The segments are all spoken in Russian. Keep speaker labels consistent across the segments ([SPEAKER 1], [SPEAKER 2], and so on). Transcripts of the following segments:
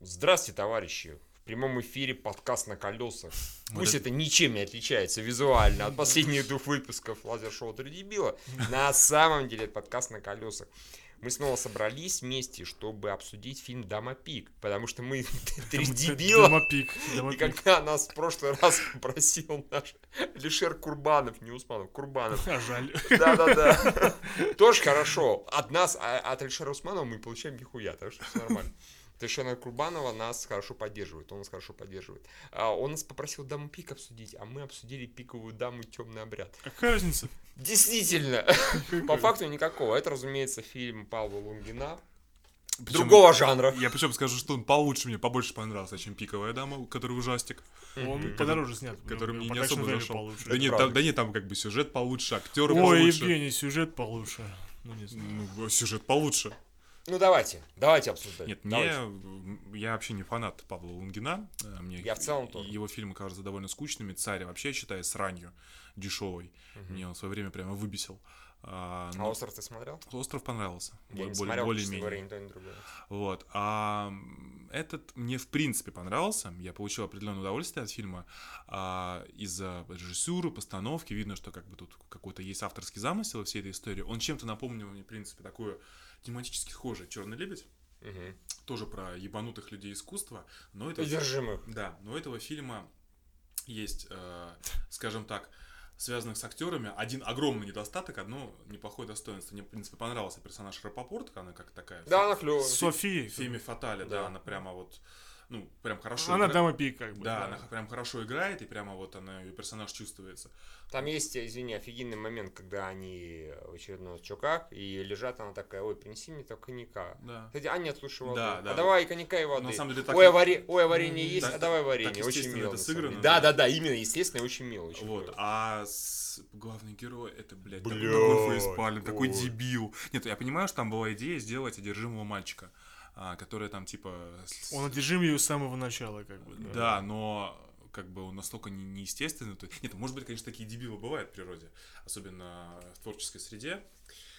[SPEAKER 1] Здравствуйте, товарищи! В прямом эфире подкаст на колесах. Пусть это... ничем не отличается визуально от последних двух выпусков лазер-шоу «Три дебила». На самом деле это подкаст на колесах. Мы снова собрались вместе, чтобы обсудить фильм «Дама Пик», потому что мы три дебила,
[SPEAKER 2] Домопик.
[SPEAKER 1] и когда нас в прошлый раз попросил наш Лишер Курбанов, не Усманов, Курбанов,
[SPEAKER 2] А жаль.
[SPEAKER 1] Да-да-да. Тоже хорошо. От нас, а- от Алишера Усманова мы получаем нихуя, так что все нормально. Тышена Курбанова нас хорошо поддерживает, он нас хорошо поддерживает. А, он нас попросил даму пик обсудить, а мы обсудили пиковую даму темный обряд.
[SPEAKER 2] Какая разница?
[SPEAKER 1] Действительно, по факту никакого. Это, разумеется, фильм Павла Лунгина.
[SPEAKER 2] Причём-
[SPEAKER 1] Другого жанра.
[SPEAKER 3] Я причем скажу, что он получше мне, побольше понравился, чем «Пиковая дама», который ужастик.
[SPEAKER 2] Он подороже снят.
[SPEAKER 3] который мне
[SPEAKER 2] По
[SPEAKER 3] не особо
[SPEAKER 2] качеству
[SPEAKER 3] зашел.
[SPEAKER 2] получше.
[SPEAKER 3] Да нет,
[SPEAKER 1] правда.
[SPEAKER 3] там, да нет, там как бы сюжет получше, актеры
[SPEAKER 2] Ой,
[SPEAKER 3] получше.
[SPEAKER 2] Евгений, сюжет получше. Ну, не знаю.
[SPEAKER 3] Ну, сюжет получше.
[SPEAKER 1] Ну давайте, давайте обсуждать.
[SPEAKER 3] Нет, мне,
[SPEAKER 1] Давайте.
[SPEAKER 3] м, я вообще не фанат Павла Лунгина. Э, Мне
[SPEAKER 1] Я в целом тоже.
[SPEAKER 3] Его фильмы кажутся довольно скучными. Царь вообще считаю сранью дешевой.
[SPEAKER 1] Мгм.
[SPEAKER 3] Мне он в свое время прямо выбесил. А,
[SPEAKER 1] А
[SPEAKER 3] но
[SPEAKER 1] «Остров» ты смотрел?
[SPEAKER 3] «Остров» понравился.
[SPEAKER 1] Я не
[SPEAKER 3] Более-
[SPEAKER 1] смотрел, потому что,
[SPEAKER 3] более-менее.
[SPEAKER 1] говоря, ни то, ни другое.
[SPEAKER 3] Вот. А м, этот мне в принципе понравился. Я получил определенное удовольствие от фильма А, из-за режиссуры, постановки. Видно, что как бы тут какой-то есть авторский замысел во всей этой истории. Он чем-то напомнил мне, в принципе, такую тематически схожий Черный лебедь.
[SPEAKER 1] Мгм.
[SPEAKER 3] Тоже про ебанутых людей искусства. Но это
[SPEAKER 1] Одержимых.
[SPEAKER 3] да, но у этого фильма есть, э, скажем так, связанных с актерами один огромный недостаток, одно неплохое достоинство. Мне, в принципе, понравился персонаж Рапопорт, она как такая.
[SPEAKER 1] Да, она клевая.
[SPEAKER 2] София.
[SPEAKER 3] В фильме Фатале, да.
[SPEAKER 1] Да.
[SPEAKER 3] она прямо вот, ну, прям хорошо
[SPEAKER 2] Она
[SPEAKER 3] игра-
[SPEAKER 2] дама пик, как бы.
[SPEAKER 3] Да, она прям хорошо играет, и прямо вот она, ее персонаж чувствуется.
[SPEAKER 1] Там есть, извини, офигенный момент, когда они в очередном чуках, и лежат, она такая, ой, принеси мне только коньяка.
[SPEAKER 3] Да.
[SPEAKER 1] Кстати, а нет, лучше воды.
[SPEAKER 3] Да,
[SPEAKER 1] а
[SPEAKER 3] да.
[SPEAKER 1] давай и коньяка и воды.
[SPEAKER 3] На самом деле так...
[SPEAKER 1] Ой,
[SPEAKER 3] и-
[SPEAKER 1] а варе- ой, а варенье
[SPEAKER 2] Мгм.
[SPEAKER 1] есть,
[SPEAKER 3] Так-
[SPEAKER 1] а давай варенье.
[SPEAKER 3] так
[SPEAKER 1] очень
[SPEAKER 3] естественно
[SPEAKER 1] мило.
[SPEAKER 3] это
[SPEAKER 1] на самом
[SPEAKER 3] сыграно,
[SPEAKER 1] деле. Да,
[SPEAKER 3] да.
[SPEAKER 1] да, да, именно естественно, очень мило. Очень
[SPEAKER 3] Вот,
[SPEAKER 1] мило.
[SPEAKER 3] а с- главный герой это, блядь, такой
[SPEAKER 1] Блядь,
[SPEAKER 3] такой фейспалм, такой
[SPEAKER 1] ой.
[SPEAKER 3] дебил. Нет, я понимаю, что там была идея сделать одержимого мальчика, а, который там типа... с-
[SPEAKER 2] Он одержим ее с самого начала, как бы.
[SPEAKER 3] Да, но как бы он настолько не, неестественный. То есть- Нет, может быть, конечно, такие дебилы бывают в природе, особенно в творческой среде.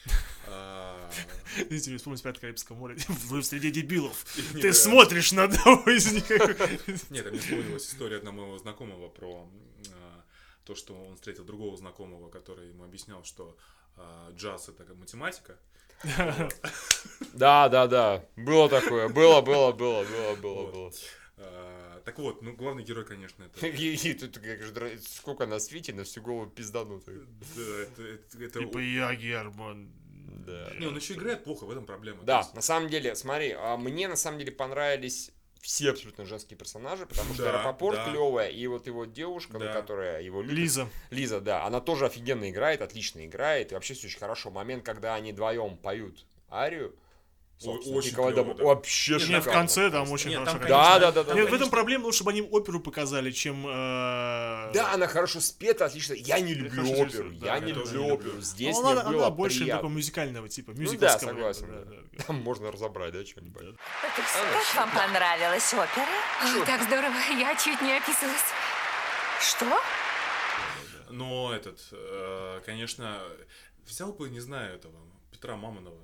[SPEAKER 3] А,
[SPEAKER 2] Видите, мне вспомнить «Пираты Карибского моря». Вы среди дебилов.
[SPEAKER 3] не,
[SPEAKER 2] Ты
[SPEAKER 3] э,
[SPEAKER 2] смотришь на одного из них.
[SPEAKER 3] Нет, мне вспомнилась история одного моего знакомого про а, то, что он встретил другого знакомого, который ему объяснял, что а, джаз это как математика.
[SPEAKER 1] Да, да, да. Было такое. Было, было, было, было, было,
[SPEAKER 3] Вот.
[SPEAKER 1] было.
[SPEAKER 3] А, Так вот, ну главный герой, конечно, это.
[SPEAKER 1] И и тут как же дра- сколько на свете, на всю голову пизданутых.
[SPEAKER 3] Да, это- это- это-
[SPEAKER 2] Типа я, Герман.
[SPEAKER 1] Да.
[SPEAKER 3] Не, он еще играет плохо, в этом проблема.
[SPEAKER 1] Да,
[SPEAKER 3] Ну, То
[SPEAKER 1] на самом деле, смотри, а, мне на самом деле понравились все абсолютно женские персонажи, потому что
[SPEAKER 3] Да,
[SPEAKER 1] Рапопорт
[SPEAKER 3] да.
[SPEAKER 1] клевая, и вот его девушка, ну,
[SPEAKER 3] Да.
[SPEAKER 1] которая его любит,
[SPEAKER 2] Лиза.
[SPEAKER 1] Лиза, да, она тоже офигенно играет, отлично играет, и вообще все очень хорошо. Момент, когда они вдвоем поют арию, собственно,
[SPEAKER 3] очень
[SPEAKER 1] «Пиковая
[SPEAKER 3] клёво,
[SPEAKER 1] дама»,
[SPEAKER 3] да.
[SPEAKER 1] вообще
[SPEAKER 3] Не,
[SPEAKER 2] Не,
[SPEAKER 1] шикарно.
[SPEAKER 2] в конце там
[SPEAKER 1] просто.
[SPEAKER 2] очень
[SPEAKER 3] Нет,
[SPEAKER 2] хорошо.
[SPEAKER 3] там,
[SPEAKER 2] конечно.
[SPEAKER 1] Да, да, да, да.
[SPEAKER 2] Нет, в
[SPEAKER 1] конечно.
[SPEAKER 2] этом проблема, лучше бы они оперу показали, чем... э,
[SPEAKER 1] Да, она хорошо спета, отлично. Я не люблю
[SPEAKER 2] хорошо
[SPEAKER 1] оперу,
[SPEAKER 2] режиссер, да,
[SPEAKER 1] я
[SPEAKER 2] я
[SPEAKER 1] не
[SPEAKER 3] тоже
[SPEAKER 1] люблю
[SPEAKER 3] не люблю.
[SPEAKER 1] оперу. Здесь
[SPEAKER 2] Ну,
[SPEAKER 1] мне
[SPEAKER 2] она,
[SPEAKER 1] было
[SPEAKER 2] она больше
[SPEAKER 1] приятно. Ну
[SPEAKER 2] такого музикального типа,
[SPEAKER 1] да,
[SPEAKER 2] мюзиклского.
[SPEAKER 1] согласен,
[SPEAKER 2] да,
[SPEAKER 1] да.
[SPEAKER 2] да, да.
[SPEAKER 1] Там можно разобрать, да, что-нибудь.
[SPEAKER 4] Так как вам понравилась опера?
[SPEAKER 5] Ой, так здорово, я чуть не описалась.
[SPEAKER 4] Что?
[SPEAKER 3] есть, Но этот, э, конечно, взял бы, не знаю, этого, Петра Мамонова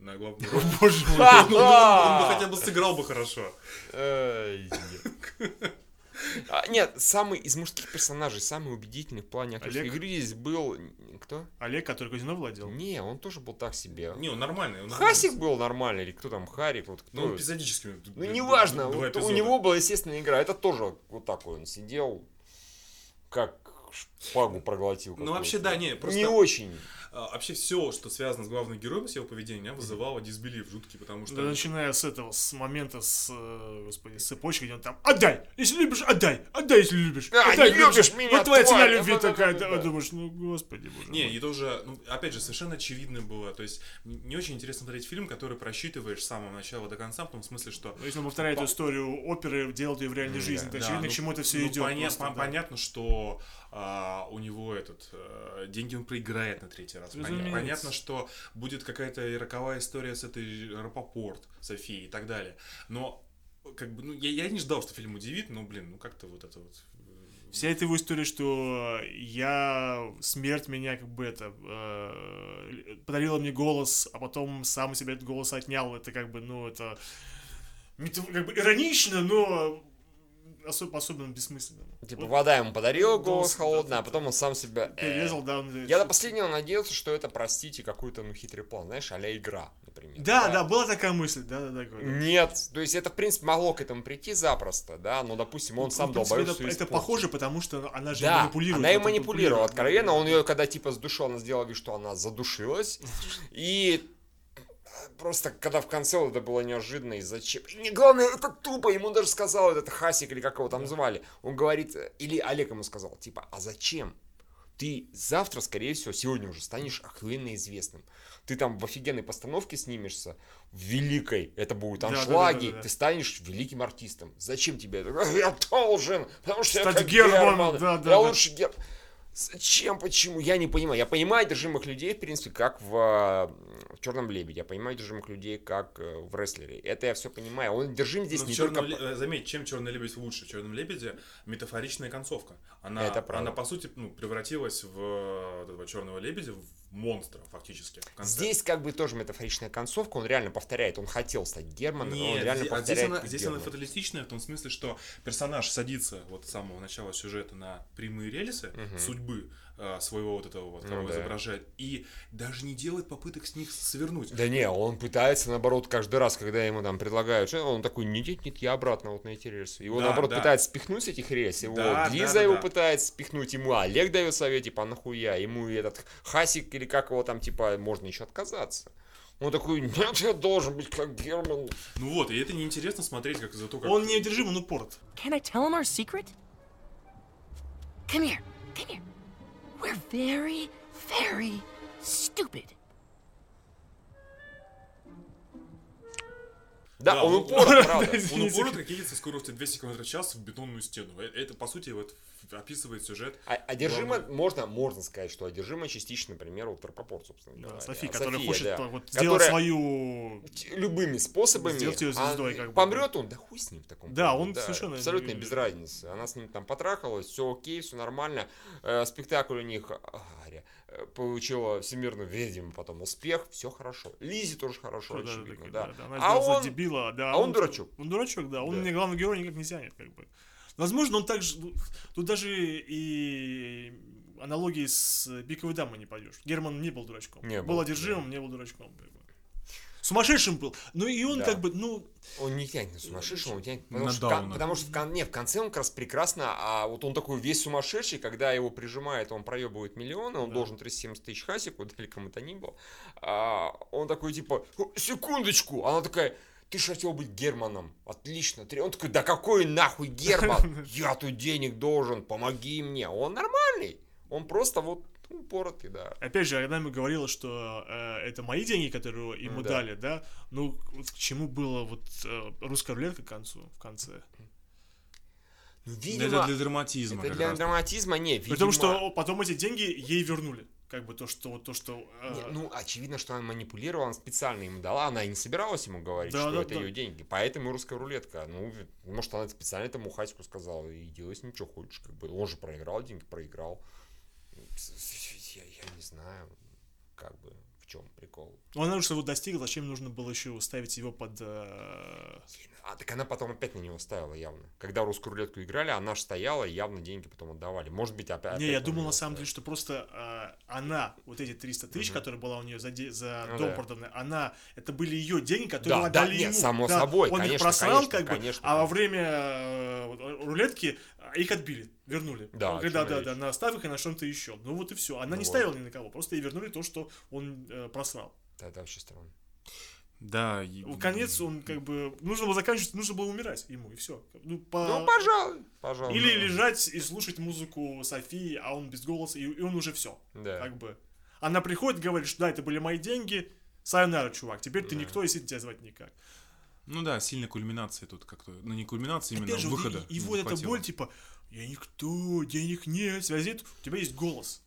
[SPEAKER 3] на главную роль.
[SPEAKER 2] Боже мой.
[SPEAKER 3] Он бы- он бы Ну, хотя бы сыграл бы хорошо.
[SPEAKER 1] Ай, нет. А, Нет, самый из мужских персонажей, самый убедительный в плане актерской
[SPEAKER 2] Олег?
[SPEAKER 1] игры здесь был... м, Кто?
[SPEAKER 2] Олег, который казино владел.
[SPEAKER 1] Не, он тоже был так себе.
[SPEAKER 3] Не, он нормальный. он нормальный.
[SPEAKER 1] Хасик был нормальный, или кто там, Харик, вот кто...
[SPEAKER 3] Ну, он эпизодически.
[SPEAKER 1] Ну,
[SPEAKER 3] д-
[SPEAKER 1] неважно,
[SPEAKER 3] д-
[SPEAKER 1] вот
[SPEAKER 3] два
[SPEAKER 1] у
[SPEAKER 3] эпизода.
[SPEAKER 1] него была естественная игра. Это тоже вот такой он сидел, как шпагу проглотил.
[SPEAKER 3] Ну, вообще, да,
[SPEAKER 1] какую-то.
[SPEAKER 3] не, просто
[SPEAKER 1] Не очень.
[SPEAKER 3] а, вообще все, что связано с главным героем, с его поведением, меня вызывало дисбелив жуткий, потому что...
[SPEAKER 2] Да, начиная с этого, с момента, с, э, господи, с цепочки, где он там «Отдай! Если любишь, отдай! Отдай, если любишь!
[SPEAKER 1] А,
[SPEAKER 2] отдай,
[SPEAKER 1] не
[SPEAKER 2] если
[SPEAKER 1] любишь меня,
[SPEAKER 2] Вот твоя цена
[SPEAKER 1] тварь!»
[SPEAKER 2] любви
[SPEAKER 1] Да-да-да-да-да.
[SPEAKER 2] такая!» да, Думаешь, ну, господи, боже
[SPEAKER 3] Не,
[SPEAKER 2] мой.
[SPEAKER 3] и тоже, ну, опять же, совершенно очевидно было. То есть, н- не очень интересно смотреть фильм, который просчитываешь с самого начала до конца, в том смысле, что
[SPEAKER 2] Ну, Если он повторяет
[SPEAKER 3] По-
[SPEAKER 2] эту историю оперы, делает ее в реальной
[SPEAKER 1] Да,
[SPEAKER 2] жизни, то
[SPEAKER 3] Да,
[SPEAKER 2] очевидно,
[SPEAKER 3] ну,
[SPEAKER 2] к чему это все
[SPEAKER 3] ну,
[SPEAKER 2] идет.
[SPEAKER 3] поня-
[SPEAKER 2] просто,
[SPEAKER 3] пон-
[SPEAKER 2] да.
[SPEAKER 3] Понятно, что а, у него этот э, деньги он проиграет на третий раз. Поня-
[SPEAKER 2] Разумеется.
[SPEAKER 3] Понятно, что будет какая-то и роковая история с этой Рапопорт, Софией и так далее. Но как бы, ну, я, я не ждал, что фильм удивит, но, блин, ну как-то вот это вот. э,
[SPEAKER 2] Вся эта его история, что я смерть меня как бы это э, подарила мне голос, а потом сам себе этот голос отнял, это как бы ну это мет- как бы иронично, но осо- по-особенному бессмысленному.
[SPEAKER 1] Типа
[SPEAKER 3] Ну,
[SPEAKER 2] Вот
[SPEAKER 1] вода ему подарила
[SPEAKER 2] Да,
[SPEAKER 1] голос
[SPEAKER 2] да,
[SPEAKER 1] холодный,
[SPEAKER 2] да,
[SPEAKER 1] а потом он сам себя... э,
[SPEAKER 2] Перерезал, да, он-
[SPEAKER 1] Я до последнего надеялся, что это, простите, какой-то ну хитрый план, знаешь, а-ля игра, например.
[SPEAKER 2] Да, да, была такая мысль, да, да, да. говорю.
[SPEAKER 1] Нет, то есть это, в принципе, могло к этому прийти запросто, да, но, допустим, он
[SPEAKER 2] Ну,
[SPEAKER 1] сам
[SPEAKER 2] в принципе,
[SPEAKER 1] долбоёб
[SPEAKER 2] это,
[SPEAKER 1] всё
[SPEAKER 2] это
[SPEAKER 1] испортил.
[SPEAKER 2] похоже, потому что она же
[SPEAKER 1] Да,
[SPEAKER 2] манипулирует.
[SPEAKER 1] она и
[SPEAKER 2] вот это
[SPEAKER 1] манипулировала
[SPEAKER 2] манипулирует, да,
[SPEAKER 1] откровенно,
[SPEAKER 2] да.
[SPEAKER 1] он ее когда типа с души, она сделала вид, что она задушилась, и э, просто когда в конце вот это было неожиданно и зачем. И не главное, это тупо, ему даже сказал этот Хасик или как его там звали, он говорит, э, или Олег ему сказал, типа, а зачем? Ты завтра, скорее всего, сегодня уже станешь охуенно известным. Ты там в офигенной постановке снимешься, в великой, это будут
[SPEAKER 2] Да, да, да,
[SPEAKER 1] аншлаги,
[SPEAKER 2] да, да.
[SPEAKER 1] ты станешь великим артистом. Зачем тебе это? Я должен, потому что
[SPEAKER 2] Стать
[SPEAKER 1] я как Герман,
[SPEAKER 2] Германом, да, да,
[SPEAKER 1] я
[SPEAKER 2] да.
[SPEAKER 1] лучше Гер- Зачем, почему? Я не понимаю. Я понимаю держимых людей, в принципе, как в, Черном Лебеде. Я понимаю держимых людей, как э, в рестлере. Это я все понимаю. Он держим здесь
[SPEAKER 3] Но в
[SPEAKER 1] не
[SPEAKER 3] «Чёрном
[SPEAKER 1] только...
[SPEAKER 3] ле- э, Заметь, чем черный лебедь лучше? В черном лебеде метафоричная концовка. Она,
[SPEAKER 1] Это правда.
[SPEAKER 3] она по сути, ну, превратилась в э, вот этого черного лебедя в монстра, фактически. в конце.
[SPEAKER 1] Здесь как бы тоже метафоричная концовка. Он реально повторяет. Он хотел стать Германом, но он
[SPEAKER 3] Нет,
[SPEAKER 1] реально
[SPEAKER 3] здесь, а здесь
[SPEAKER 1] повторяет.
[SPEAKER 3] она,
[SPEAKER 1] как
[SPEAKER 3] здесь она
[SPEAKER 1] Герман.
[SPEAKER 3] фаталистичная в том смысле, что персонаж садится вот с самого начала сюжета на прямые рельсы
[SPEAKER 1] Мгм.
[SPEAKER 3] судьбы э, своего вот этого вот,
[SPEAKER 1] Ну
[SPEAKER 3] кого
[SPEAKER 1] да.
[SPEAKER 3] изображает, и даже не делает попыток с них свернуть.
[SPEAKER 1] Да не, он пытается, наоборот, каждый раз, когда ему там предлагают, что- он такой, нет, нет, нет, я обратно вот на эти рельсы. Его,
[SPEAKER 3] Да,
[SPEAKER 1] наоборот,
[SPEAKER 3] да.
[SPEAKER 1] пытается спихнуть с этих рельс, его
[SPEAKER 3] Да,
[SPEAKER 1] Лиза
[SPEAKER 3] да, да,
[SPEAKER 1] его
[SPEAKER 3] да.
[SPEAKER 1] пытается спихнуть, ему Олег дает совет, типа, «А нахуя, ему и этот Хасик или как его там, типа, можно еще отказаться. Он такой, нет, я должен быть как Герман.
[SPEAKER 3] Ну вот, и это неинтересно смотреть, как за то, как...
[SPEAKER 2] Он неудержим, он упорот.
[SPEAKER 6] Can I tell him our secret? Come here. Come here. We're very, very stupid.
[SPEAKER 1] Да,
[SPEAKER 3] Да,
[SPEAKER 1] он
[SPEAKER 3] он-
[SPEAKER 1] упорот, правда.
[SPEAKER 3] Он упорот, как едет со скоростью 200 км в час в бетонную стену. Э- Это, по сути, вот описывает сюжет.
[SPEAKER 1] А- Одержимо,
[SPEAKER 3] Главное.
[SPEAKER 1] можно, можно сказать, что одержимо частично, например, ультрапопорт, собственно
[SPEAKER 2] Да,
[SPEAKER 1] говоря.
[SPEAKER 2] София,
[SPEAKER 1] А
[SPEAKER 2] которая хочет
[SPEAKER 1] да,
[SPEAKER 2] а, вот, сделать
[SPEAKER 1] которая-
[SPEAKER 2] свою...
[SPEAKER 1] т- любыми способами.
[SPEAKER 2] Ну, Сделать её звездой, как бы,
[SPEAKER 1] Помрет он, да хуй с ним в таком.
[SPEAKER 2] Да,
[SPEAKER 1] плане,
[SPEAKER 2] он совершенно
[SPEAKER 1] Абсолютно
[SPEAKER 2] не-
[SPEAKER 1] без разницы. Она с ним там потрахалась, все окей, все нормально. Э, спектакль у них а, Ария, э, получила всемирную ведьму, потом успех, все хорошо. Лизе тоже хорошо,
[SPEAKER 2] Да, да, да,
[SPEAKER 1] очевидно, да.
[SPEAKER 2] да, да, Она
[SPEAKER 1] А
[SPEAKER 2] сделала за
[SPEAKER 1] он,
[SPEAKER 2] дебила, да.
[SPEAKER 1] а он дурачок.
[SPEAKER 2] Он дурачок, да. Он
[SPEAKER 1] Да.
[SPEAKER 2] мне главный герой никак не тянет, как бы. Возможно, он также... ну, Тут даже и аналогии с Биковой дамой не пойдешь. Герман не был дурачком.
[SPEAKER 1] Не
[SPEAKER 2] был
[SPEAKER 1] был,
[SPEAKER 2] одержимым, не был дурачком. как бы. Сумасшедшим был. Ну и он
[SPEAKER 1] Да.
[SPEAKER 2] как бы, ну,
[SPEAKER 1] он не тянет на сумасшедшего, он тянет. Потому,
[SPEAKER 3] На
[SPEAKER 1] что, в кон-
[SPEAKER 3] Дауна.
[SPEAKER 1] потому что в, кон- не, в конце он как раз прекрасно, а вот он такой весь сумасшедший, когда его прижимает, он проебывает миллионы, он
[SPEAKER 2] Да.
[SPEAKER 1] должен 370 тысяч хасику, да или кому то ни было. А, он такой типа, «О, секундочку, А она такая, ты же хотел быть Германом, отлично. Три- Он такой, да какой нахуй Герман? Я тут денег должен, помоги мне. Он нормальный, он просто вот упоротый, да.
[SPEAKER 2] опять же, она ему говорила, что э, это мои деньги, которые ему
[SPEAKER 1] Ну да.
[SPEAKER 2] дали, да. Ну, вот к чему было вот э, русская рулетка к концу, в конце.
[SPEAKER 1] Ну,
[SPEAKER 3] Да,
[SPEAKER 1] видимо,
[SPEAKER 3] Это для
[SPEAKER 1] это
[SPEAKER 3] драматизма.
[SPEAKER 1] для,
[SPEAKER 3] как раз.
[SPEAKER 1] драматизма, не, видимо.
[SPEAKER 2] При том, что потом эти деньги ей вернули. Как бы то, что... То, что э,
[SPEAKER 1] Не, ну, очевидно, что она манипулировала, она специально ему дала, она и не собиралась ему говорить,
[SPEAKER 2] Да,
[SPEAKER 1] что
[SPEAKER 2] да,
[SPEAKER 1] это
[SPEAKER 2] да.
[SPEAKER 1] ее деньги. Поэтому и русская рулетка. Ну, ви- может, она специально этому Хасику сказала, и делай с ним, что хочешь. Как бы. Он же проиграл деньги, проиграл. С- с- Я, я не знаю, как бы, в чем прикол.
[SPEAKER 2] Ну, она уже его достигла, зачем нужно было еще ставить его под... э,
[SPEAKER 1] А так она потом опять на него ставила явно. Когда русскую рулетку играли, она же стояла, и явно деньги потом отдавали. Может быть, опя- опять...
[SPEAKER 2] Не, я
[SPEAKER 1] на
[SPEAKER 2] думал
[SPEAKER 1] него
[SPEAKER 2] на самом деле,
[SPEAKER 1] ставили.
[SPEAKER 2] что просто э, она, вот эти 300 тысяч, которые была у нее за, де- за
[SPEAKER 1] Ну
[SPEAKER 2] дом
[SPEAKER 1] да.
[SPEAKER 2] проданный, она, это были ее деньги, которые
[SPEAKER 1] Да,
[SPEAKER 2] отдали
[SPEAKER 1] да, нет,
[SPEAKER 2] ему.
[SPEAKER 1] само
[SPEAKER 2] Да,
[SPEAKER 1] собой,
[SPEAKER 2] он их
[SPEAKER 1] конечно,
[SPEAKER 2] просрал,
[SPEAKER 1] конечно,
[SPEAKER 2] как бы,
[SPEAKER 1] конечно,
[SPEAKER 2] а
[SPEAKER 1] конечно.
[SPEAKER 2] во время э, вот, э, рулетки э, их отбили, вернули.
[SPEAKER 1] Да,
[SPEAKER 2] Он
[SPEAKER 1] о
[SPEAKER 2] говорит, да,
[SPEAKER 1] чём
[SPEAKER 2] да,
[SPEAKER 1] речь?
[SPEAKER 2] да, на ставках и на чем-то еще. Ну вот и все. Она не
[SPEAKER 1] Вот.
[SPEAKER 2] ставила ни на кого, просто ей вернули то, что он э, просрал.
[SPEAKER 1] Да, это вообще странно.
[SPEAKER 3] Да. и-
[SPEAKER 2] В Ну, конец он как бы... Нужно было заканчивать, нужно было умирать ему, и все. Ну, по...
[SPEAKER 1] Ну, пожалуй, пожалуй.
[SPEAKER 2] Или лежать и слушать музыку Софии, а он без голоса, и, и он уже все.
[SPEAKER 1] Да.
[SPEAKER 2] Как бы. Она приходит, говорит, что да, это были мои деньги. Сайонара, чувак, теперь ты никто, и сидеть тебя звать никак.
[SPEAKER 3] Ну да, сильно кульминации тут как-то. Ну не кульминации, именно
[SPEAKER 2] Опять же, вот
[SPEAKER 3] выхода.
[SPEAKER 2] и, и
[SPEAKER 3] не
[SPEAKER 2] вот эта типа,
[SPEAKER 3] хватило.
[SPEAKER 2] боль, типа, я никто, денег нет, связи нет, у тебя есть голос.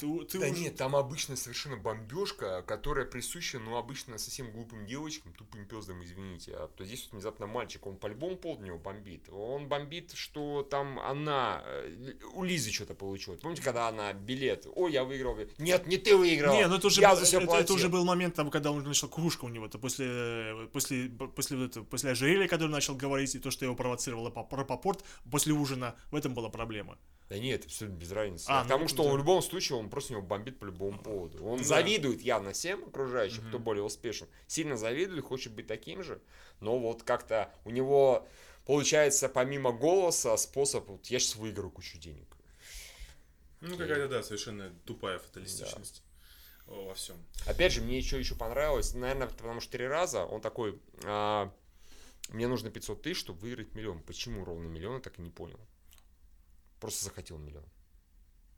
[SPEAKER 2] Ты, ты
[SPEAKER 1] Да
[SPEAKER 2] уже-
[SPEAKER 1] нет, там обычно совершенно бомбежка, которая присуща, ну, обычно совсем глупым девочкам, тупым пездам, извините. А то здесь вот внезапно мальчик, он по-любому пол него бомбит. Он бомбит, что там она, э, у Лизы что-то получилось. Помните, когда она билет, ой, я выиграл. Говорит, Нет, не ты выиграл.
[SPEAKER 2] Не, ну это уже,
[SPEAKER 1] я
[SPEAKER 2] был,
[SPEAKER 1] за все
[SPEAKER 2] это,
[SPEAKER 1] платил.
[SPEAKER 2] это уже был момент, там, когда он уже начал кружка у него-то после, э, после, после, вот этого- после ожерелья, который начал говорить, и то, что его провоцировало Рапопорт после ужина, в этом была проблема.
[SPEAKER 1] Да нет, абсолютно без разницы.
[SPEAKER 2] А,
[SPEAKER 1] А, Потому
[SPEAKER 2] ну,
[SPEAKER 1] что он
[SPEAKER 2] да.
[SPEAKER 1] в любом случае, он просто него бомбит по любому поводу. Он
[SPEAKER 2] Да.
[SPEAKER 1] завидует явно всем окружающим, кто более успешен. Сильно завидует, хочет быть таким же. Но вот как-то у него получается помимо голоса способ, вот я сейчас выиграю кучу денег.
[SPEAKER 3] Ну, какая-то, да, совершенно тупая фаталистичность о, во всем.
[SPEAKER 1] Опять же, мне еще, еще понравилось, наверное, потому что три раза он такой, а, мне нужно 500 тысяч, чтобы выиграть миллион. Почему ровно миллион, я так и не понял. Просто захотел миллион.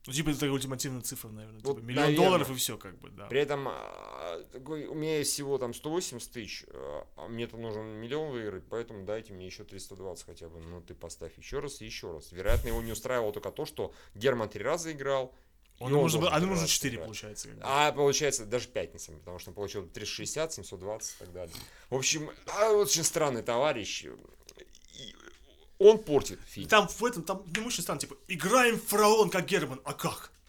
[SPEAKER 2] Ну, типа, это такая ультимативная цифра, наверное.
[SPEAKER 1] Вот,
[SPEAKER 2] типа, миллион
[SPEAKER 1] наверное.
[SPEAKER 2] долларов и все, как бы, да.
[SPEAKER 1] При этом а, такой, у меня есть всего там 180 тысяч, а а мне там нужен миллион выиграть, поэтому дайте мне еще 320 хотя бы. Ну ты поставь еще раз и еще раз. Вероятно, его не устраивало только то, что Герман три раза играл. и
[SPEAKER 2] Он, может,
[SPEAKER 1] должен
[SPEAKER 2] а
[SPEAKER 1] три
[SPEAKER 2] ему уже
[SPEAKER 1] раза
[SPEAKER 2] 4,
[SPEAKER 1] играть.
[SPEAKER 2] получается. как бы.
[SPEAKER 1] А получается даже пятницами, потому что он получил 360, 720 и так далее. В общем, а, очень странный товарищ. И он портит
[SPEAKER 2] И
[SPEAKER 1] фильм.
[SPEAKER 2] там в этом, там не мужчина стан, типа, играем в фараон, как Герман, а как?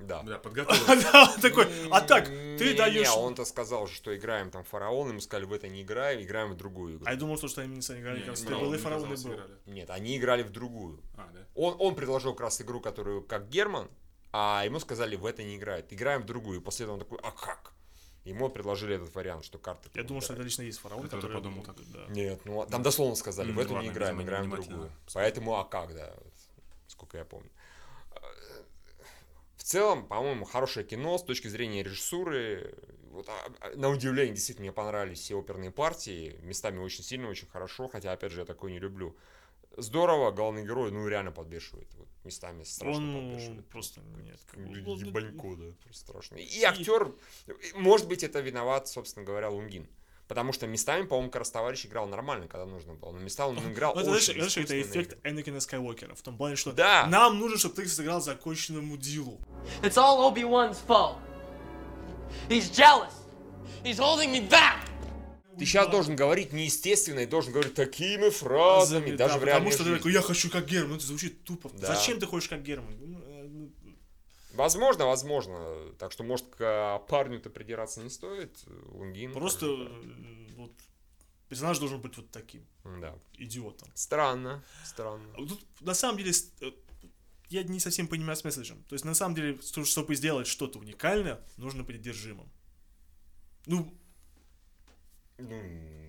[SPEAKER 1] Да.
[SPEAKER 3] Да, подготовился.
[SPEAKER 2] Да, он такой, а так, ты
[SPEAKER 1] Не-не-не,
[SPEAKER 2] даешь...
[SPEAKER 1] он-то сказал, же, что играем там фараон, ему сказали, в это не играем, играем в другую игру.
[SPEAKER 2] А я думал, что что они не сами играли,
[SPEAKER 3] Не,
[SPEAKER 2] как раз
[SPEAKER 3] не
[SPEAKER 2] ты
[SPEAKER 3] брал,
[SPEAKER 2] был и
[SPEAKER 3] мне
[SPEAKER 2] фараон, и
[SPEAKER 3] казалось,
[SPEAKER 2] был.
[SPEAKER 3] играли.
[SPEAKER 1] Нет, они играли в другую.
[SPEAKER 3] А, да.
[SPEAKER 1] Он, он предложил как раз игру, которую как Герман, а ему сказали, в это не играет. Играем в другую. И после этого он такой, а как? Ему предложили этот вариант, что карты...
[SPEAKER 2] Я думал, что это
[SPEAKER 1] играют.
[SPEAKER 2] лично есть фараон,
[SPEAKER 3] Я тоже
[SPEAKER 2] который...
[SPEAKER 3] подумал так.
[SPEAKER 2] Да.
[SPEAKER 1] Нет, ну там дословно сказали,
[SPEAKER 3] М,
[SPEAKER 1] в эту
[SPEAKER 3] ладно,
[SPEAKER 1] не играем,
[SPEAKER 3] видимо,
[SPEAKER 1] играем в
[SPEAKER 3] внимательно
[SPEAKER 1] другую. Поэтому, а как, да, вот, сколько я помню. В целом, по-моему, хорошее кино с точки зрения режиссуры. Вот, а, а, на удивление, действительно, мне понравились все оперные партии. Местами очень сильно, очень хорошо, хотя, опять же, я такое не люблю. Здорово, главный герой, ну, реально подбешивает. Вот, местами страшно
[SPEAKER 2] Он ну,
[SPEAKER 1] подбешивает.
[SPEAKER 2] просто нет. как бы,
[SPEAKER 1] Ну,
[SPEAKER 2] ну, ну,
[SPEAKER 1] Ебанько, да, просто страшно. И актер, может быть, это виноват, собственно говоря, Лунгин. Потому что местами, по-моему, как раз товарищ играл нормально, когда нужно было. Но местами он играл
[SPEAKER 2] Ну, это,
[SPEAKER 1] очень
[SPEAKER 2] знаешь, знаешь, это
[SPEAKER 1] искусственно
[SPEAKER 2] эффект Энакина Скайуокера, в том плане, что
[SPEAKER 1] Да.
[SPEAKER 2] нам нужно, чтобы ты сыграл законченному мудилу.
[SPEAKER 7] It's all Obi Wan's fault. He's jealous. He's holding me back.
[SPEAKER 1] играл. Ты сейчас должен говорить неестественно и должен говорить такими фразами,
[SPEAKER 2] Да,
[SPEAKER 1] даже в реальной
[SPEAKER 2] Потому что ты
[SPEAKER 1] жизни.
[SPEAKER 2] такой, я хочу как Герман, ну это звучит тупо.
[SPEAKER 1] Да.
[SPEAKER 2] Зачем ты хочешь как Герман? Ну, э, ну,
[SPEAKER 1] Возможно, возможно. Так что, может, к а, парню-то придираться не стоит, э, Лунгин.
[SPEAKER 2] Просто э, вот, персонаж должен быть вот таким,
[SPEAKER 1] Да.
[SPEAKER 2] идиотом.
[SPEAKER 1] Странно, странно.
[SPEAKER 2] А вот Тут, на самом деле, с- э, я не совсем понимаю с месседжем. То есть, на самом деле, что- чтобы сделать что-то уникальное, нужно быть одержимым. Ну,
[SPEAKER 1] Ну,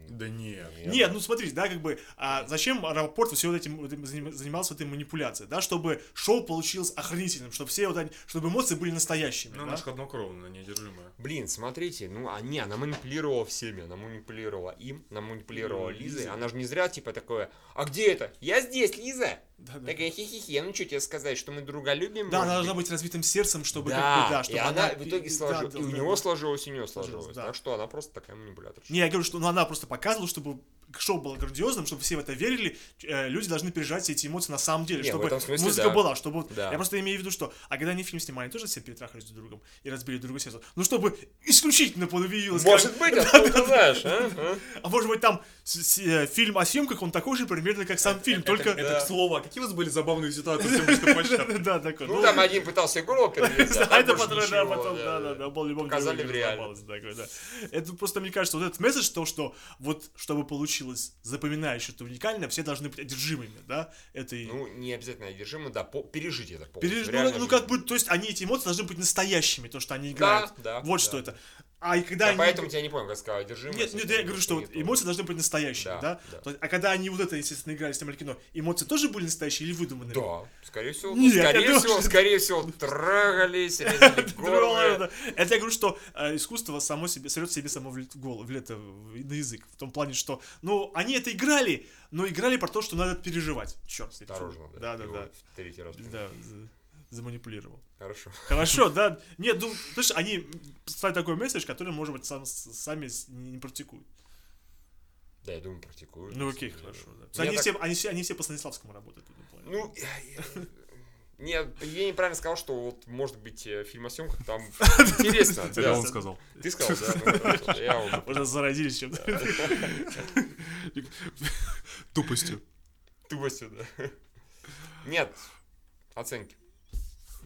[SPEAKER 3] Да нет.
[SPEAKER 2] Нет, ну смотрите, да, как бы, а зачем Рапопорт все вот этим, вот этим заним- занимался этой манипуляцией, да, чтобы шоу получилось охранительным, чтобы все вот они, чтобы эмоции были настоящими, да?
[SPEAKER 3] Ну, она же однокровная, неодержимая.
[SPEAKER 1] Блин, смотрите, ну, а не, она манипулировала всеми, она манипулировала им, она манипулировала Лизой. Она же не зря, типа, такое, а где это? Я здесь, Лиза!
[SPEAKER 2] Да, да.
[SPEAKER 1] Такая хихихи, ну, что тебе сказать, что мы друга любим? может
[SPEAKER 2] Да, она
[SPEAKER 1] быть?»
[SPEAKER 2] должна быть развитым сердцем, чтобы
[SPEAKER 1] да,
[SPEAKER 2] как бы, да, чтобы
[SPEAKER 1] и она, в
[SPEAKER 2] и-
[SPEAKER 1] итоге
[SPEAKER 2] и-
[SPEAKER 1] сложилась,
[SPEAKER 2] да,
[SPEAKER 1] и у
[SPEAKER 2] да,
[SPEAKER 1] него
[SPEAKER 2] да.
[SPEAKER 1] сложилось, и у нее сложилось,
[SPEAKER 2] да.
[SPEAKER 1] так что она просто такая манипуляторша.
[SPEAKER 2] Не, я говорю, что ну, она просто показывала, чтобы шоу было грандиозным, чтобы все в это верили, ч- э, люди должны переживать все эти эмоции на самом деле,
[SPEAKER 1] Не, в
[SPEAKER 2] чтобы
[SPEAKER 1] этом смысле
[SPEAKER 2] музыка
[SPEAKER 1] да.
[SPEAKER 2] была, чтобы... вот-
[SPEAKER 1] Да.
[SPEAKER 2] Я просто имею в виду, что... А когда они фильм снимали, тоже все перетрахались друг с другом и разбили друг другу сердце. Ну, чтобы исключительно подавилось.
[SPEAKER 1] Может
[SPEAKER 2] как-
[SPEAKER 1] быть, откуда ты знаешь, а? А?
[SPEAKER 2] А может быть там с- с- э, фильм о съемках, он такой же примерно, как
[SPEAKER 1] Э,
[SPEAKER 2] сам фильм, только...
[SPEAKER 3] Это, к слову, а какие у вас были забавные ситуации с съемочным площадкой?
[SPEAKER 2] Да, такой.
[SPEAKER 1] Ну, там один пытался горло перерезать, а
[SPEAKER 2] Да, это
[SPEAKER 1] больше
[SPEAKER 2] потом, да,
[SPEAKER 1] ничего,
[SPEAKER 2] потом, да, да, да, был любовь.
[SPEAKER 1] Показали в реале.
[SPEAKER 2] Это просто, мне кажется, вот этот месседж, то, что вот, чтобы получилось запоминающее, что уникальное, все должны быть одержимыми, да, этой...
[SPEAKER 1] Ну, не обязательно одержимо, да, по- пережить это полностью.
[SPEAKER 2] Переж-
[SPEAKER 1] в
[SPEAKER 2] ну,
[SPEAKER 1] реальной
[SPEAKER 2] как- ну, как
[SPEAKER 1] жизни.
[SPEAKER 2] бы, то есть они эти эмоции должны быть настоящими, то, что они играют.
[SPEAKER 1] да,
[SPEAKER 2] Вот
[SPEAKER 1] да.
[SPEAKER 2] что это. А и когда
[SPEAKER 1] Я
[SPEAKER 2] они...
[SPEAKER 1] поэтому тебя не понял, как сказал, одержимость.
[SPEAKER 2] Нет, нет,
[SPEAKER 1] это
[SPEAKER 2] я говорю,
[SPEAKER 1] не
[SPEAKER 2] что
[SPEAKER 1] то,
[SPEAKER 2] вот
[SPEAKER 1] не то.
[SPEAKER 2] эмоции должны быть настоящими,
[SPEAKER 1] Да,
[SPEAKER 2] да?
[SPEAKER 1] да.
[SPEAKER 2] То есть, А когда они вот это, естественно, играли, снимали кино, эмоции тоже были настоящие или выдуманные?
[SPEAKER 1] Да, скорее всего,
[SPEAKER 2] Нет, я
[SPEAKER 1] скорее
[SPEAKER 2] думаю,
[SPEAKER 1] всего,
[SPEAKER 2] что-
[SPEAKER 1] скорее всего, трагались, резали горло.
[SPEAKER 2] Это я говорю, что э, искусство само себе срет себе само в лет- в голову, в лето в- на язык. В том плане, что, ну, они это играли, но играли про то, что надо переживать. Черт,
[SPEAKER 1] Осторожно,
[SPEAKER 2] да. Да,
[SPEAKER 1] его
[SPEAKER 2] да,
[SPEAKER 1] в Третий раз.
[SPEAKER 2] да. за- Заманипулировал.
[SPEAKER 1] Хорошо.
[SPEAKER 2] Хорошо, да. Нет, ну, слышишь, они ставят такой месседж, который, может быть, сам, с- сами с- не не практикуют.
[SPEAKER 1] Да, я думаю, практикую.
[SPEAKER 2] Ну, окей, хорошо, да.
[SPEAKER 1] Я
[SPEAKER 2] Они,
[SPEAKER 1] так-
[SPEAKER 2] все, они, все, они все по Станиславскому работают. в этом плане.
[SPEAKER 1] Ну, я- я- Нет, я неправильно сказал, что вот, может быть, э, фильм о съемках там интересно.
[SPEAKER 3] Это
[SPEAKER 1] да.
[SPEAKER 3] он сказал.
[SPEAKER 1] Ты сказал, да? ну, хорошо, я вот-
[SPEAKER 2] Уже заразились чем-то.
[SPEAKER 3] Тупостью.
[SPEAKER 1] Тупо сюда. Нет. Оценки.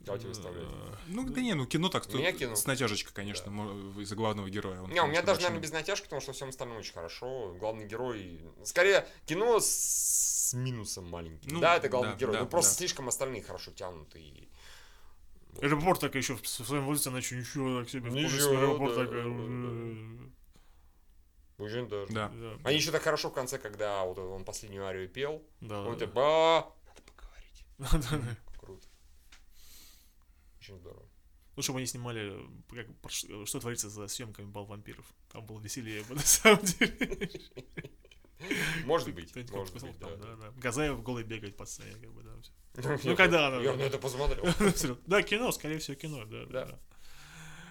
[SPEAKER 1] Давайте выставлять.
[SPEAKER 3] Ну, да не, ну кино так,
[SPEAKER 1] У меня кино.
[SPEAKER 3] с натяжечкой, конечно, мо- из-за главного героя. Он,
[SPEAKER 1] Не, у меня
[SPEAKER 3] конечно,
[SPEAKER 1] даже,
[SPEAKER 3] вообще-
[SPEAKER 1] наверное, без натяжки, потому что всем остальном очень хорошо. Главный герой... Скорее, кино с, с минусом маленьким.
[SPEAKER 3] Ну,
[SPEAKER 1] да, это главный
[SPEAKER 3] да,
[SPEAKER 1] герой.
[SPEAKER 3] да,
[SPEAKER 1] ну, просто
[SPEAKER 3] да.
[SPEAKER 1] слишком остальные хорошо тянут. И...
[SPEAKER 2] Аэропорт так еще в в своем возрасте, она еще ничего так себе. в полный
[SPEAKER 1] Ничего,
[SPEAKER 2] свой аэропорт
[SPEAKER 1] да,
[SPEAKER 2] так,
[SPEAKER 1] да, да,
[SPEAKER 2] э,
[SPEAKER 1] Очень даже.
[SPEAKER 3] Да.
[SPEAKER 2] э, да.
[SPEAKER 1] Они еще так хорошо в конце, когда вот он последнюю арию пел.
[SPEAKER 2] Да,
[SPEAKER 1] он
[SPEAKER 2] да,
[SPEAKER 1] такой, ба, надо поговорить.
[SPEAKER 2] да.
[SPEAKER 1] Круто. Очень здорово.
[SPEAKER 2] Лучше бы Ну, они снимали, э, как, про ш- э, что творится за съемками бал вампиров. Там было веселее бы, на самом деле.
[SPEAKER 1] Может быть,
[SPEAKER 2] Кто-нибудь
[SPEAKER 1] может
[SPEAKER 2] посмотрел
[SPEAKER 1] быть, да. Ну,
[SPEAKER 2] там, да, да. Газаев голый бегает по сцене, как бы, да, всё.
[SPEAKER 1] Я-
[SPEAKER 2] когда она-
[SPEAKER 1] Я на это посмотрел.
[SPEAKER 2] Абсолютно. Да, кино, скорее всего, кино, да.
[SPEAKER 1] Да.
[SPEAKER 2] да, да.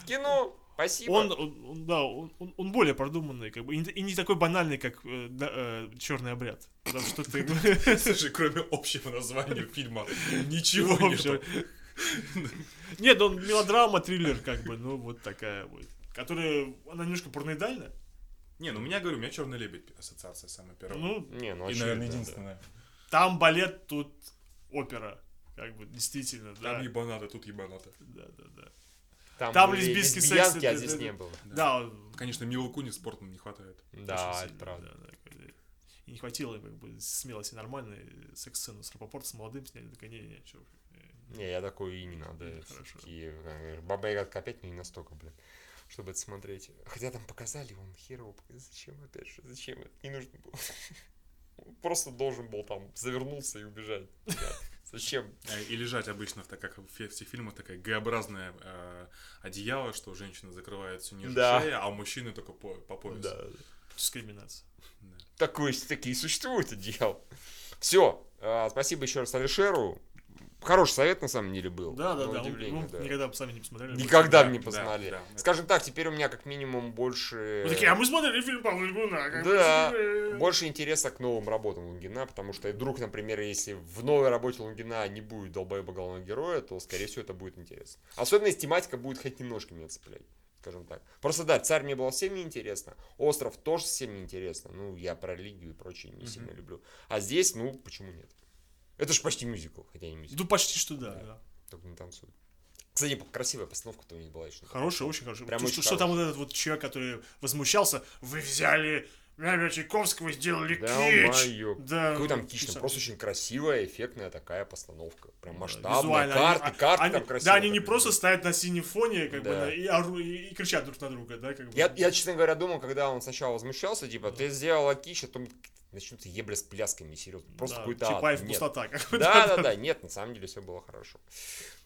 [SPEAKER 1] Кино, спасибо.
[SPEAKER 2] Он, он- он, да, он, он- он более продуманный, как бы, и, не- и не такой банальный, как э, черный обряд. Потому что ты как бы,
[SPEAKER 3] Слушай, кроме общего названия фильма, ничего
[SPEAKER 2] вообще- Нет, он мелодрама, триллер, как бы, ну, вот такая вот. Которая, она немножко порноидальна.
[SPEAKER 3] Не, ну у меня, говорю, у меня черный лебедь ассоциация самая первая.
[SPEAKER 2] Ну,
[SPEAKER 1] Не, ну
[SPEAKER 3] и,
[SPEAKER 1] очевидно,
[SPEAKER 3] наверное,
[SPEAKER 1] да.
[SPEAKER 3] единственная.
[SPEAKER 2] там балет, тут опера. Как бы, действительно, да.
[SPEAKER 3] Там ебаната, тут ебаната.
[SPEAKER 2] Да, да, да.
[SPEAKER 1] Там,
[SPEAKER 2] Там
[SPEAKER 1] были
[SPEAKER 2] лесбийский секс,
[SPEAKER 1] лесбиянки, а
[SPEAKER 2] это-
[SPEAKER 1] здесь
[SPEAKER 2] это-
[SPEAKER 1] не было.
[SPEAKER 2] Да, он-
[SPEAKER 3] Конечно, Милу Куни спорта не хватает.
[SPEAKER 1] Да,
[SPEAKER 2] Очень
[SPEAKER 1] это
[SPEAKER 2] сильно,
[SPEAKER 1] правда.
[SPEAKER 2] да, да, как-то. И не хватило как бы смелости нормальной э, секс-сцену с Рапопорт с молодым сняли. Так, не, не, чё, э,
[SPEAKER 1] Не, я такой и не надо.
[SPEAKER 2] Мгм,
[SPEAKER 1] это
[SPEAKER 2] хорошо.
[SPEAKER 1] такие, э, Баба Ягодка опять не настолько, блин, чтобы это смотреть. Хотя там показали, он хер его пок- Зачем опять же? Зачем это? Не нужно было. Он Просто должен был там завернуться и убежать. Да. Зачем?
[SPEAKER 3] Э, И лежать обычно, в так как в фе- всех фильмах, такая Г-образное э, одеяло, что женщина закрывает всю ниже
[SPEAKER 1] Да.
[SPEAKER 3] шеи, а у мужчины только по, по поясу.
[SPEAKER 2] Дискриминация.
[SPEAKER 1] Такое, такие существуют одеял. Все. Спасибо еще раз Алишеру. Хороший совет на самом деле был.
[SPEAKER 2] Да, да,
[SPEAKER 1] Ну, на
[SPEAKER 2] да. он-
[SPEAKER 1] удивление,
[SPEAKER 2] он
[SPEAKER 1] да.
[SPEAKER 2] Никогда бы сами не посмотрели.
[SPEAKER 1] Никогда
[SPEAKER 3] Да,
[SPEAKER 1] бы не
[SPEAKER 3] да,
[SPEAKER 1] посмотрели.
[SPEAKER 3] да.
[SPEAKER 1] Скажем так, теперь у меня как минимум больше...
[SPEAKER 2] Вы такие, а мы смотрели фильм Павла Лунгина. как бы,
[SPEAKER 1] Да,
[SPEAKER 2] э,
[SPEAKER 1] больше интереса к новым работам Лунгина, потому что вдруг, например, если в новой работе Лунгина не будет долбоеба главного героя, то, скорее всего, это будет интересно. Особенно, если тематика будет хоть немножко меня цеплять, скажем так. Просто да, «Царь» мне было всем неинтересно, «Остров» тоже всем неинтересно, ну, я про религию и прочее не сильно люблю. А здесь, ну, почему нет? Это же почти мюзикл, хотя не мюзикл,
[SPEAKER 2] Ну, почти что да,
[SPEAKER 1] Да.
[SPEAKER 2] да.
[SPEAKER 1] только не танцуют. Кстати, красивая постановка-то у них была еще.
[SPEAKER 2] Хороший, очень хороший.
[SPEAKER 1] Прям
[SPEAKER 2] Что-
[SPEAKER 1] очень
[SPEAKER 2] что, что там вот этот вот человек, который возмущался, вы взяли Мямя Чайковского и сделали
[SPEAKER 1] Да,
[SPEAKER 2] кич.
[SPEAKER 1] моё.
[SPEAKER 2] Да,
[SPEAKER 1] Какой там
[SPEAKER 2] ну,
[SPEAKER 1] кич? Там
[SPEAKER 2] сам-
[SPEAKER 1] просто очень красивая, эффектная такая постановка. Прям
[SPEAKER 2] Да,
[SPEAKER 1] масштабная.
[SPEAKER 2] визуально, они-
[SPEAKER 1] Карты,
[SPEAKER 2] а-
[SPEAKER 1] карты
[SPEAKER 2] они-
[SPEAKER 1] там красивые.
[SPEAKER 2] Да, они
[SPEAKER 1] так
[SPEAKER 2] не
[SPEAKER 1] идут.
[SPEAKER 2] просто стоят на синем фоне, как бы,
[SPEAKER 1] Да.
[SPEAKER 2] на- и, ору- и- и кричат друг на друга, да, как бы.
[SPEAKER 1] Я, я, честно говоря, думал, когда он сначала возмущался, типа, ты сделала кич, а потом начнутся ебля с плясками, серьезно. Просто
[SPEAKER 2] Да,
[SPEAKER 1] какой-то ад.
[SPEAKER 2] Чапаев
[SPEAKER 1] Нет.
[SPEAKER 2] пустота, как бы,
[SPEAKER 1] Да, да, да, нет, на самом деле все было хорошо.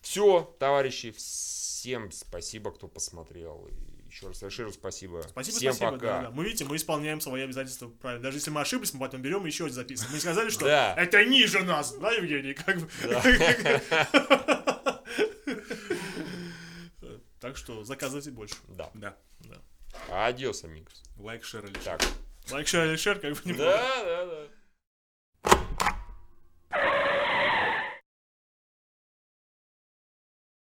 [SPEAKER 1] Все, товарищи, всем спасибо, кто посмотрел. И еще раз Алишеру спасибо.
[SPEAKER 2] Спасибо,
[SPEAKER 1] всем
[SPEAKER 2] спасибо.
[SPEAKER 1] пока.
[SPEAKER 2] да, да. Мы видите, мы исполняем свои обязательства правильно. Даже если мы ошиблись, мы потом берем и еще раз записываем. Мы не сказали, что
[SPEAKER 1] Да.
[SPEAKER 2] это ниже нас, да, Евгений? Как бы. Так что заказывайте больше.
[SPEAKER 1] Да.
[SPEAKER 3] Да.
[SPEAKER 1] Адиос, амигос.
[SPEAKER 3] Лайк, шер или
[SPEAKER 1] Так.
[SPEAKER 2] Лайк, шер, шер, как бы не
[SPEAKER 1] Да, да, да.